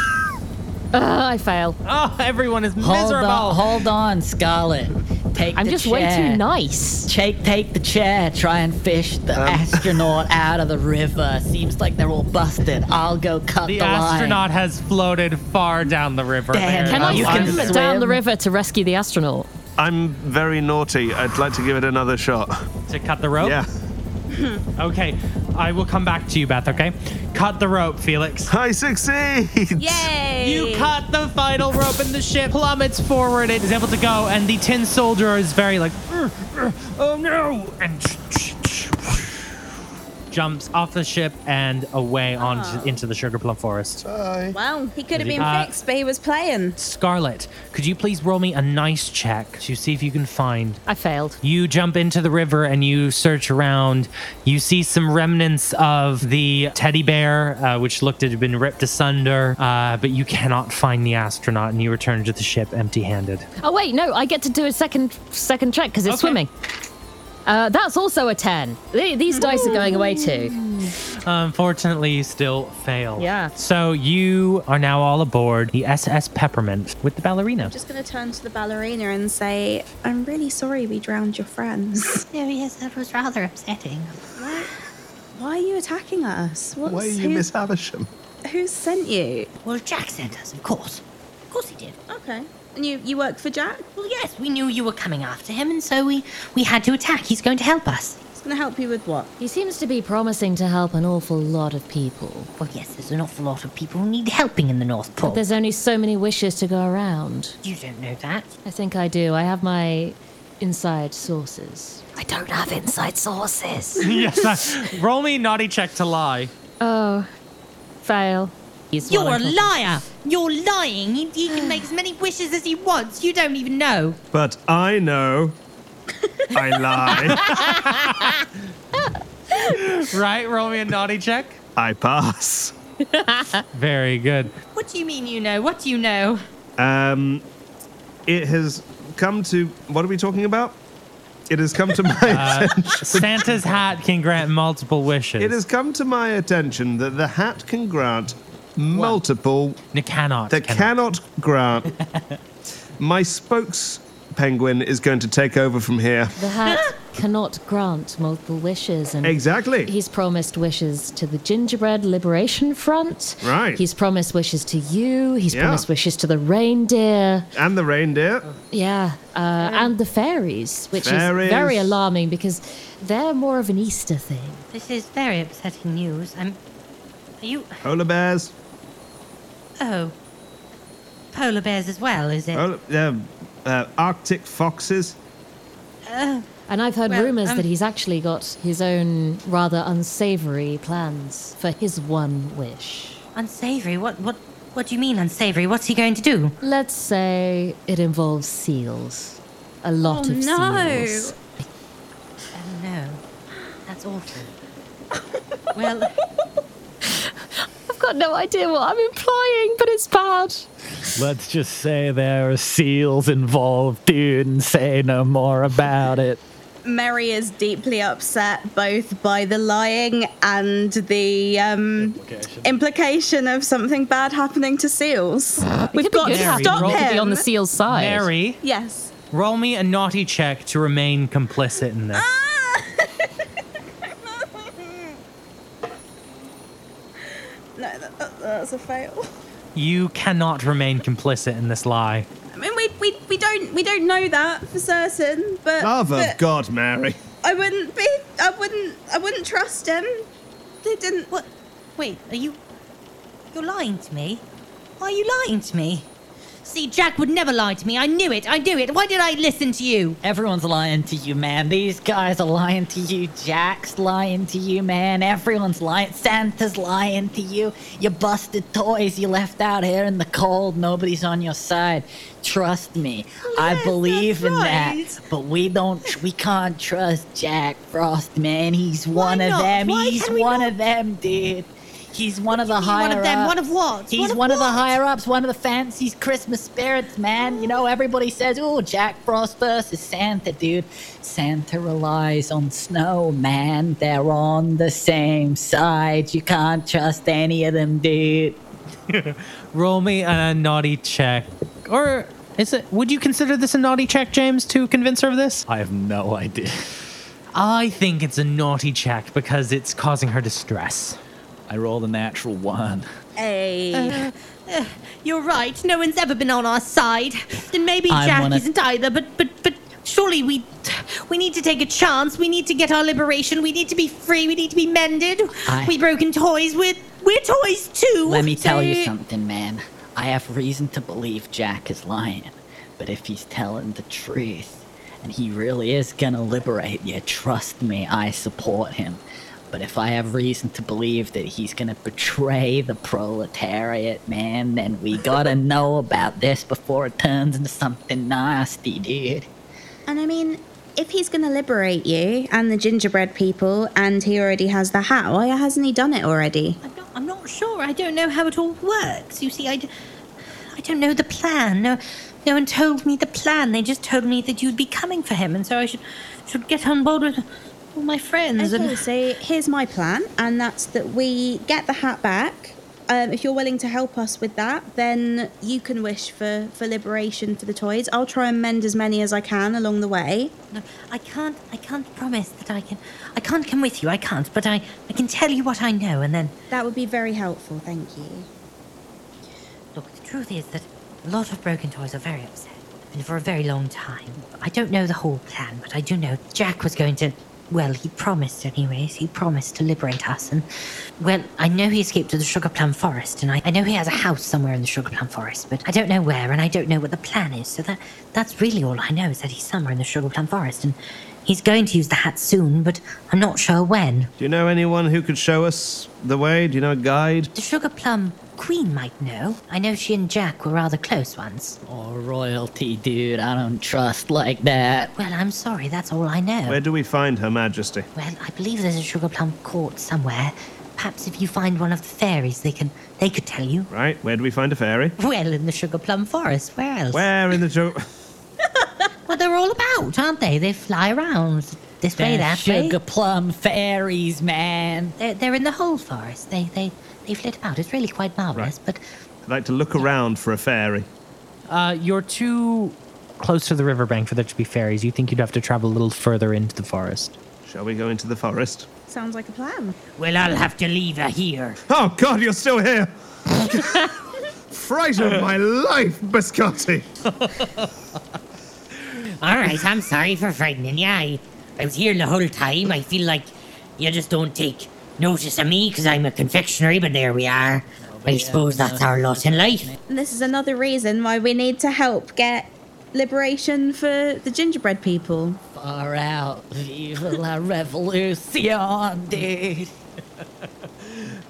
[SPEAKER 6] Uh, I fail.
[SPEAKER 4] Oh, everyone is
[SPEAKER 10] Hold
[SPEAKER 4] miserable.
[SPEAKER 10] on, hold on, Scarlet. Take
[SPEAKER 6] I'm
[SPEAKER 10] the
[SPEAKER 6] just way too
[SPEAKER 10] chair.
[SPEAKER 6] nice.
[SPEAKER 10] Take, take the chair. Try and fish the
[SPEAKER 4] Um.
[SPEAKER 10] astronaut out of the river. Seems like they're all busted. I'll go cut the,
[SPEAKER 4] The astronaut has floated far down the river.
[SPEAKER 6] Damn,
[SPEAKER 4] There
[SPEAKER 6] can I
[SPEAKER 4] is-
[SPEAKER 6] swim down the river to rescue the astronaut?
[SPEAKER 5] I'm very naughty. I'd like to give it another shot.
[SPEAKER 4] To cut the rope?
[SPEAKER 5] Yeah.
[SPEAKER 4] Okay, I will come back to you, Beth, okay? Cut the rope, Felix.
[SPEAKER 5] I succeed!
[SPEAKER 7] Yay!
[SPEAKER 4] You cut the final rope and the ship plummets forward. It is able to go, and the tin soldier is very like, "Ugh, ugh, oh no! And jumps off the ship and away onto into the sugar plum forest.
[SPEAKER 7] Well, he could have been
[SPEAKER 4] Uh,
[SPEAKER 7] fixed, but he was playing.
[SPEAKER 4] Scarlet, could you please roll me a nice check to see if you can find
[SPEAKER 6] I failed.
[SPEAKER 4] You jump into the river and you search around. You see some remnants of the teddy bear, uh, which looked to have been ripped asunder, uh, but you cannot find the astronaut and you return to the ship empty handed.
[SPEAKER 6] Oh wait, no, I get to do a second second check because it's swimming. Uh, that's also a ten. Th- These dice are going away too.
[SPEAKER 4] Unfortunately, you still fail.
[SPEAKER 6] Yeah.
[SPEAKER 4] So you are now all aboard the SS Peppermint with the ballerina.
[SPEAKER 7] I'm just going to turn to the ballerina and say, I'm really sorry we drowned your friends.
[SPEAKER 14] Oh, yes, that was rather upsetting.
[SPEAKER 7] Why, why are you attacking us? What's,
[SPEAKER 5] Why are you
[SPEAKER 7] who-
[SPEAKER 5] Miss Havisham?
[SPEAKER 7] Who sent you?
[SPEAKER 14] Well, Jack sent us, of course. Of course he did.
[SPEAKER 7] Okay. And you, you work for Jack?
[SPEAKER 14] Well, yes, we knew you were coming after him, and so we, we had to attack. He's going to help us.
[SPEAKER 7] He's going to help you with what?
[SPEAKER 6] He seems to be promising to help an awful lot of people.
[SPEAKER 14] Well, yes, there's an awful lot of people who need helping in the North Pole.
[SPEAKER 6] But there's only so many wishes to go around.
[SPEAKER 14] You don't know that.
[SPEAKER 6] I think I do. I have my inside sources.
[SPEAKER 14] I don't have inside sources.
[SPEAKER 4] yes. I- Roll me naughty check to lie.
[SPEAKER 6] Oh, fail.
[SPEAKER 14] You're a liar! You're lying! He, he can make as many wishes as he wants. You don't even know.
[SPEAKER 5] But I know. I lie.
[SPEAKER 4] right? Roll me a naughty check.
[SPEAKER 5] I pass.
[SPEAKER 4] Very good.
[SPEAKER 14] What do you mean you know? What do you know?
[SPEAKER 5] Um, it has come to. What are we talking about? It has come to my
[SPEAKER 4] Uh,
[SPEAKER 5] attention.
[SPEAKER 4] Santa's hat can grant multiple wishes.
[SPEAKER 5] It has come to my attention that the hat can grant multiple.
[SPEAKER 4] It cannot.
[SPEAKER 5] That cannot, grant. my spokes penguin is going to take over from here.
[SPEAKER 6] The hat cannot grant multiple wishes, and
[SPEAKER 5] Exactly.
[SPEAKER 6] he's promised wishes to the Gingerbread Liberation Front.
[SPEAKER 5] Right.
[SPEAKER 6] He's promised wishes to you. He's
[SPEAKER 5] Yeah.
[SPEAKER 6] promised wishes to the reindeer.
[SPEAKER 5] And the reindeer.
[SPEAKER 6] Yeah, uh, and the fairies, which
[SPEAKER 5] Fairies.
[SPEAKER 6] is very alarming because they're more of an Easter thing.
[SPEAKER 14] This is very upsetting news. I'm. Are you.
[SPEAKER 5] Polar bears.
[SPEAKER 14] Oh. Polar bears as well, is it?
[SPEAKER 5] Polar, uh, uh, Arctic foxes.
[SPEAKER 14] Oh.
[SPEAKER 6] And I've heard
[SPEAKER 14] Well,
[SPEAKER 6] rumors
[SPEAKER 14] um,
[SPEAKER 6] that he's actually got his own rather unsavory plans for his one wish.
[SPEAKER 14] Unsavory? What, what, what do you mean unsavory? What's he going to do?
[SPEAKER 6] Let's say it involves seals. A lot
[SPEAKER 14] Oh,
[SPEAKER 6] of
[SPEAKER 14] no.
[SPEAKER 6] seals.
[SPEAKER 14] Oh no. That's awful. well,
[SPEAKER 6] I've got no idea what I'm implying, but it's bad.
[SPEAKER 8] Let's just say there are seals involved, dude, and say no more about it.
[SPEAKER 7] Mary is deeply upset both by the lying and the um, implication. of something bad happening to seals. We've got to stop him.
[SPEAKER 6] seal's side.
[SPEAKER 4] Mary,
[SPEAKER 7] Yes.
[SPEAKER 4] roll me a naughty check to remain complicit in this.
[SPEAKER 7] No, that, that, that's a fail.
[SPEAKER 4] You cannot remain complicit in this lie.
[SPEAKER 7] I mean, we, we, we don't we don't know that for certain, but,
[SPEAKER 5] Love of
[SPEAKER 7] but
[SPEAKER 5] God, Mary.
[SPEAKER 7] I wouldn't be. I wouldn't. I wouldn't trust him. They didn't. What?
[SPEAKER 14] wait, are you. You're lying to me? Why are you lying to me? See, Jack would never lie to me. I knew it. I knew it. Why did I listen to you?
[SPEAKER 10] Everyone's lying to you, man. These guys are lying to you. Jack's lying to you, man. Everyone's lying. Santa's lying to you. You busted toys you left out here in the cold. Nobody's on your side. Trust me. I believe in that. But we don't we can't trust Jack Frost, man. He's one of
[SPEAKER 14] not?
[SPEAKER 10] them.
[SPEAKER 14] Why
[SPEAKER 10] He's
[SPEAKER 14] can we
[SPEAKER 10] one of them, dude. He's one of the
[SPEAKER 14] do you mean
[SPEAKER 10] higher
[SPEAKER 14] one of them? One
[SPEAKER 10] ups.
[SPEAKER 14] of what?
[SPEAKER 10] He's
[SPEAKER 14] One
[SPEAKER 10] one
[SPEAKER 14] of
[SPEAKER 10] of, the higher ups, one of the fancy's Christmas spirits, man. You know, everybody says, oh, Jack Frost versus Santa, dude. Santa relies on snow, man. They're on the same side. You can't trust any of them, dude.
[SPEAKER 4] Roll me a naughty check. Or is it would you consider this a naughty check, James, to convince her of this?
[SPEAKER 8] I have no idea.
[SPEAKER 4] I think it's a naughty check because it's causing her distress.
[SPEAKER 8] I rolled a natural one.
[SPEAKER 14] Hey. Uh, you're right. No one's ever been on our side. Then maybe
[SPEAKER 8] I
[SPEAKER 14] Jack
[SPEAKER 8] wanna-
[SPEAKER 14] isn't either. But but but surely we we need to take a chance. We need to get our liberation. We need to be free. We need to be mended.
[SPEAKER 10] I-
[SPEAKER 14] We've broken toys. We're we're toys too.
[SPEAKER 10] Let me tell
[SPEAKER 14] So-
[SPEAKER 10] you something, man. I have reason to believe Jack is lying, but if he's telling the truth, and he really is gonna liberate you, trust me, I support him. But if I have reason to believe that he's gonna betray the proletariat, man, then we gotta know about this before it turns into something nasty, dude.
[SPEAKER 7] And I mean, if he's going to liberate you and the gingerbread people, and he already has the hat, why hasn't he done it already?
[SPEAKER 14] I'm not sure. I don't know how it all works. You see, I, d- I don't know the plan. No, no one told me the plan. They just told me that you'd be coming for him, and so I should should get on board with all my friends.
[SPEAKER 7] Okay,
[SPEAKER 14] and
[SPEAKER 7] so here's my plan, and that's that we get the hat back. Um, if you're willing to help us with that, then you can wish for, for liberation for the toys. I'll try and mend as many as I can along the way.
[SPEAKER 14] I can't. I can't promise that I can. I can't come with you. I can't. But I, I can tell you what I know, and then
[SPEAKER 7] that would be very helpful. Thank you.
[SPEAKER 14] Look, the truth is that a lot of broken toys are very upset, and for a very long time. I don't know the whole plan, but I do know Jack was going to. Well, he promised, anyways. He promised to liberate us, and well, I know he escaped to the Sugar Plum Forest, and I, I know he has a house somewhere in the Sugar Plum Forest, but I don't know where, and I don't know what the plan is. So that that's really all I know is that he's somewhere in the Sugar Plum Forest, and he's going to use the hat soon, but I'm not sure when.
[SPEAKER 5] Do you know anyone who could show us the way? Do you know a guide?
[SPEAKER 14] The Sugar Plum Queen might know. I know she and Jack were rather close once.
[SPEAKER 10] Oh, royalty, dude, I don't trust like that.
[SPEAKER 14] Well, I'm sorry, that's all I know.
[SPEAKER 5] Where do we find Her Majesty?
[SPEAKER 14] Well, I believe there's a sugar plum court somewhere. Perhaps if you find one of the fairies, they can they could tell you.
[SPEAKER 5] Right, where do we find a fairy?
[SPEAKER 14] Well, in the sugar plum forest, where else?
[SPEAKER 5] Where in the jo-
[SPEAKER 14] Well, they're all about, aren't they? They fly around this way,
[SPEAKER 10] They're
[SPEAKER 14] that way.
[SPEAKER 10] sugar plum fairies, man.
[SPEAKER 14] They're, they're in the whole forest. They they they flit about. It's really quite marvelous. But
[SPEAKER 5] I'd like to look around for a fairy.
[SPEAKER 4] Uh, you're too close to the riverbank for there to be ferries. You think you'd have to travel a little further into the forest.
[SPEAKER 5] Shall we go into the forest?
[SPEAKER 7] Sounds like a plan.
[SPEAKER 9] Well, I'll have to leave her here.
[SPEAKER 5] Oh God, you're still here! Fright of my life, Biscotti!
[SPEAKER 9] All right, I'm sorry for frightening you. I, I was here the whole time. I feel like you just don't take notice of me because I'm a confectionery, but there we are. I suppose that's our lot in life.
[SPEAKER 7] And this is another reason why we need to help get liberation for the gingerbread people.
[SPEAKER 10] Far out. Viva la revolution, dude.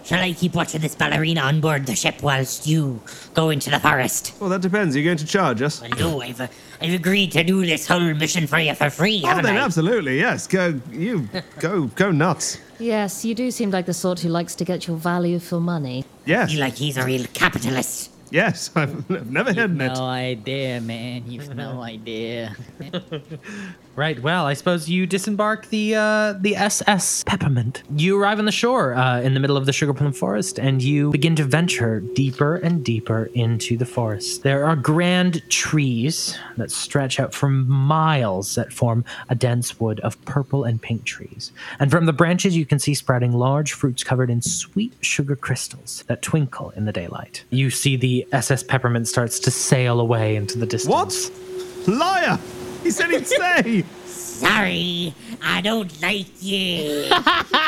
[SPEAKER 9] Shall I keep watching this ballerina on board the ship whilst you go into the forest?
[SPEAKER 5] Well, that depends. Are you going to charge us?
[SPEAKER 9] Well, no, I've, uh, I've agreed to do this whole mission for you for free,
[SPEAKER 5] Oh,
[SPEAKER 9] haven't
[SPEAKER 5] then
[SPEAKER 9] I?
[SPEAKER 5] absolutely yes. Go you go go nuts.
[SPEAKER 6] Yes, you do seem like the sort who likes to get your value for money.
[SPEAKER 5] Yes.
[SPEAKER 9] like he's a real capitalist.
[SPEAKER 5] Yes, I've n- never heard of it.
[SPEAKER 10] No idea, man. You've no idea.
[SPEAKER 4] Right. Well, I suppose you disembark the uh, the SS Peppermint. You arrive on the shore uh, in the middle of the sugar plum forest, and you begin to venture deeper and deeper into the forest. There are grand trees that stretch out for miles that form a dense wood of purple and pink trees, and from the branches you can see sprouting large fruits covered in sweet sugar crystals that twinkle in the daylight. You see the SS Peppermint starts to sail away into the distance. What?
[SPEAKER 5] Liar! He said he'd stay.
[SPEAKER 9] Sorry, I don't like you.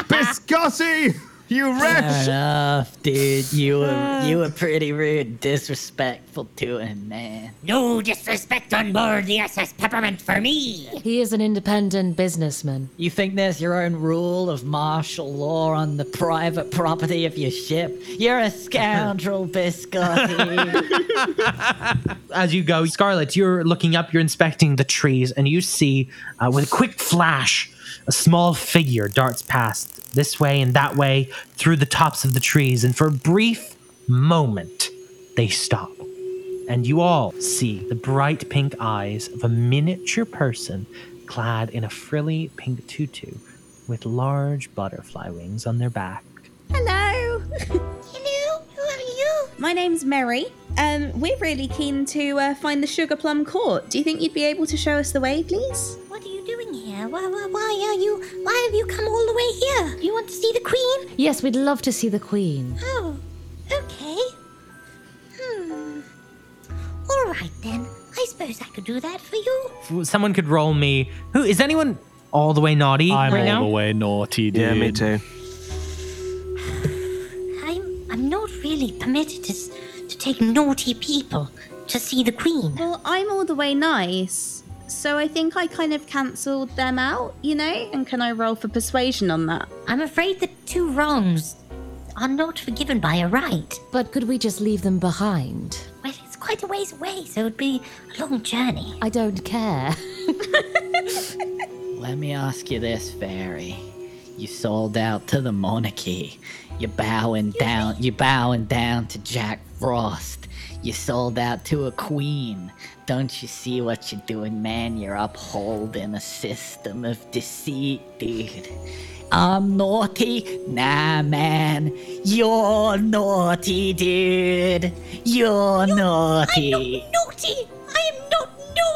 [SPEAKER 5] Biscotti! You
[SPEAKER 10] Fair enough, dude. You were you were pretty rude, disrespectful to him, man.
[SPEAKER 9] No disrespect on board the SS Peppermint for me.
[SPEAKER 6] He is an independent businessman.
[SPEAKER 10] You think there's your own rule of martial law on the private property of your ship? You're a scoundrel, Biscotti.
[SPEAKER 4] As you go, Scarlet, you're looking up, you're inspecting the trees, and you see, uh, with a quick flash, a small figure darts past this way and that way through the tops of the trees. And for a brief moment, they stop. And you all see the bright pink eyes of a miniature person clad in a frilly pink tutu with large butterfly wings on their back.
[SPEAKER 7] Hello. Hello. Who are you? My name's Mary. Um, we're really keen to uh, find the Sugar Plum Court. Do you think you'd be able to show us the way, please?
[SPEAKER 15] What are you doing here? Why, why, why are you? Why have you come all the way here? You want to see the Queen?
[SPEAKER 6] Yes, we'd love to see the Queen.
[SPEAKER 15] Oh, okay. Hmm. All right then. I suppose I could do that for you.
[SPEAKER 4] If Someone could roll me. Who is anyone all the way naughty
[SPEAKER 8] I'm
[SPEAKER 4] right
[SPEAKER 8] all
[SPEAKER 4] now?
[SPEAKER 8] the way naughty, dude.
[SPEAKER 4] Yeah, me
[SPEAKER 8] too.
[SPEAKER 15] I'm I'm not really permitted to s- to take naughty people to see the Queen.
[SPEAKER 7] Well, I'm all the way nice, so I think I kind of cancelled them out, you know? And can I roll for persuasion on that?
[SPEAKER 15] I'm afraid that two wrongs are not forgiven by a right.
[SPEAKER 6] But could we just leave them behind?
[SPEAKER 15] Well, it's quite a ways away, so it'd be a long journey.
[SPEAKER 6] I don't care.
[SPEAKER 10] Let me ask you this, fairy. You sold out to the monarchy. You're bowing down. You're bowing down to Jack Frost. You sold out to a queen. Don't you see what you're doing, man? You're upholding a system of deceit, dude. I'm naughty? Nah, man. You're naughty, dude. You're naughty.
[SPEAKER 15] Naughty! I am not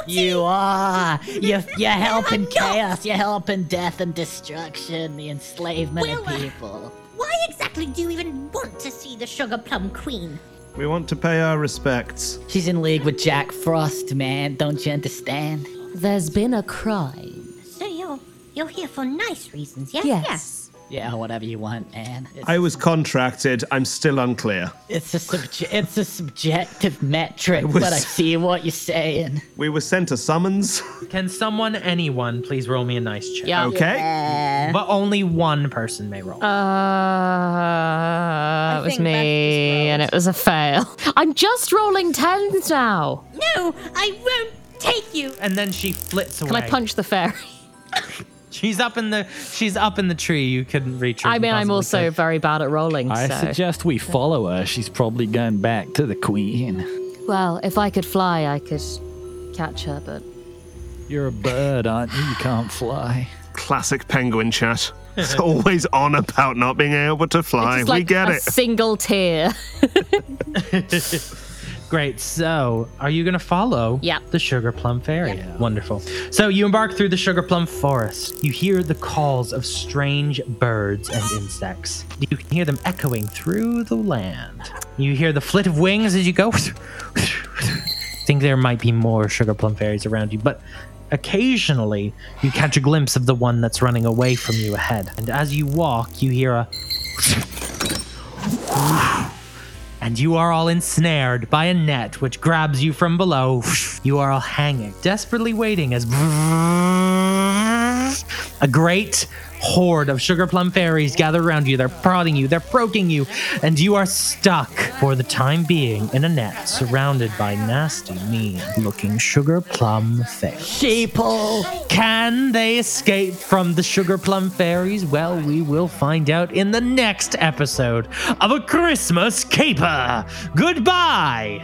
[SPEAKER 10] You are. You're, you're helping chaos. You're helping death and destruction, the enslavement
[SPEAKER 15] Well, uh,
[SPEAKER 10] of people.
[SPEAKER 15] Why exactly do you even want to see the Sugar Plum Queen?
[SPEAKER 5] We want to pay our respects.
[SPEAKER 10] She's in league with Jack Frost, man. Don't you understand?
[SPEAKER 6] There's been a crime.
[SPEAKER 15] So you're you're here for nice reasons, yes?
[SPEAKER 6] Yes.
[SPEAKER 10] Yeah, whatever you want, man. It's,
[SPEAKER 5] I was contracted. I'm still unclear.
[SPEAKER 10] it's a subje- it's a subjective metric,
[SPEAKER 5] It was-
[SPEAKER 10] but I see what you're saying.
[SPEAKER 5] We were sent a summons.
[SPEAKER 4] Can someone, anyone, please roll me a nice check?
[SPEAKER 10] Yeah. Okay.
[SPEAKER 4] But only one person may roll.
[SPEAKER 6] Uh, it was me, and it was a fail. I'm just rolling tens now.
[SPEAKER 15] No, I won't take you.
[SPEAKER 4] And then she flits away.
[SPEAKER 6] Can I punch the fairy?
[SPEAKER 4] She's up in the she's up in the tree. You couldn't reach her.
[SPEAKER 6] I mean, I'm
[SPEAKER 4] Possibly
[SPEAKER 6] also
[SPEAKER 4] could.
[SPEAKER 6] very bad at rolling.
[SPEAKER 8] I
[SPEAKER 6] so.
[SPEAKER 8] suggest we follow her. She's probably going back to the queen.
[SPEAKER 6] Well, if I could fly, I could catch her, but
[SPEAKER 8] You're a bird, aren't you? You can't fly.
[SPEAKER 5] Classic penguin chat. It's always on about not being able to fly.
[SPEAKER 6] it's
[SPEAKER 5] we
[SPEAKER 6] like
[SPEAKER 5] get
[SPEAKER 6] a
[SPEAKER 5] it.
[SPEAKER 6] single tear.
[SPEAKER 4] Great. So, are you going to follow
[SPEAKER 6] Yep.
[SPEAKER 4] the Sugar Plum Fairy? Wonderful. So, you embark through the Sugar Plum Forest. You hear the calls of strange birds and insects. You can hear them echoing through the land. You hear the flit of wings as you go. Think there might be more Sugar Plum Fairies around you, but occasionally you catch a glimpse of the one that's running away from you ahead. And as you walk, you hear a and you are all ensnared by a net which grabs you from below. You are all hanging, desperately waiting as a great horde of sugar plum fairies gather around you. They're prodding you, they're proking you, and you are stuck for the time being in a net surrounded by nasty, mean looking sugar plum fairies.
[SPEAKER 10] Sheeple!
[SPEAKER 4] Can they escape from the sugar plum fairies? Well, we will find out in the next episode of A Christmas Caper. Goodbye!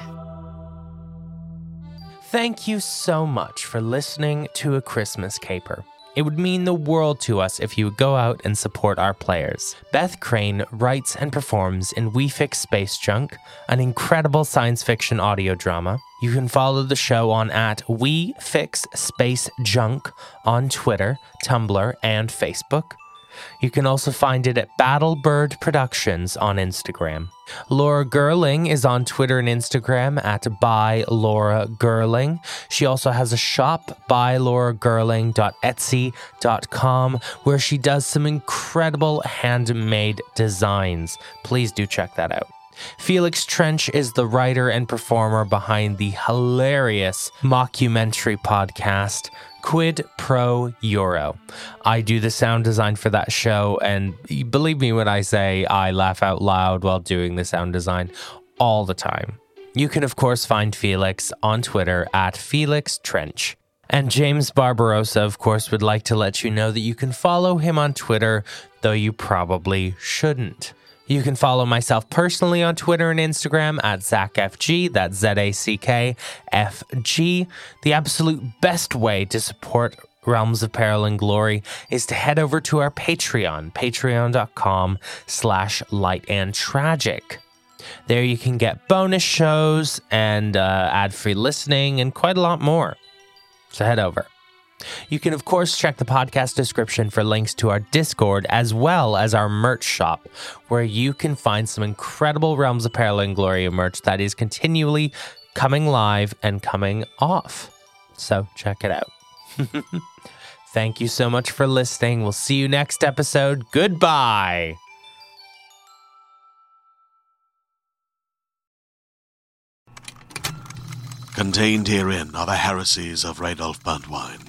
[SPEAKER 4] Thank you so much for listening to A Christmas Caper. It would mean the world to us if you would go out and support our players. Beth Crane writes and performs in We Fix Space Junk, an incredible science fiction audio drama. You can follow the show on at We Fix Space Junk on Twitter, Tumblr, and Facebook. You can also find it at Battlebird Productions on Instagram. Laura Gerling is on Twitter and Instagram at by Laura Gerling. She also has a shop, bylauragirling.etsy.com, where she does some incredible handmade designs. Please do check that out. Felix Trench is the writer and performer behind the hilarious mockumentary podcast Quid Pro Euro. I do the sound design for that show, and believe me when I say I laugh out loud while doing the sound design all the time. You can, of course, find Felix on Twitter at Felix Trench. And James Barbarossa, of course, would like to let you know that you can follow him on Twitter, though you probably shouldn't. You can follow myself personally on Twitter and Instagram at ZachFG, that's Z A C K F G. The absolute best way to support Realms of Peril and Glory is to head over to our Patreon, patreon.com slash light and tragic. There you can get bonus shows and uh, ad-free listening and quite a lot more. So head over. You can, of course, check the podcast description for links to our Discord as well as our merch shop, where you can find some incredible Realms of Peril and Glory merch that is continually coming live and coming off. So check it out. Thank you so much for listening. We'll see you next episode. Goodbye.
[SPEAKER 1] Contained herein are the heresies of Radolf Burntwine,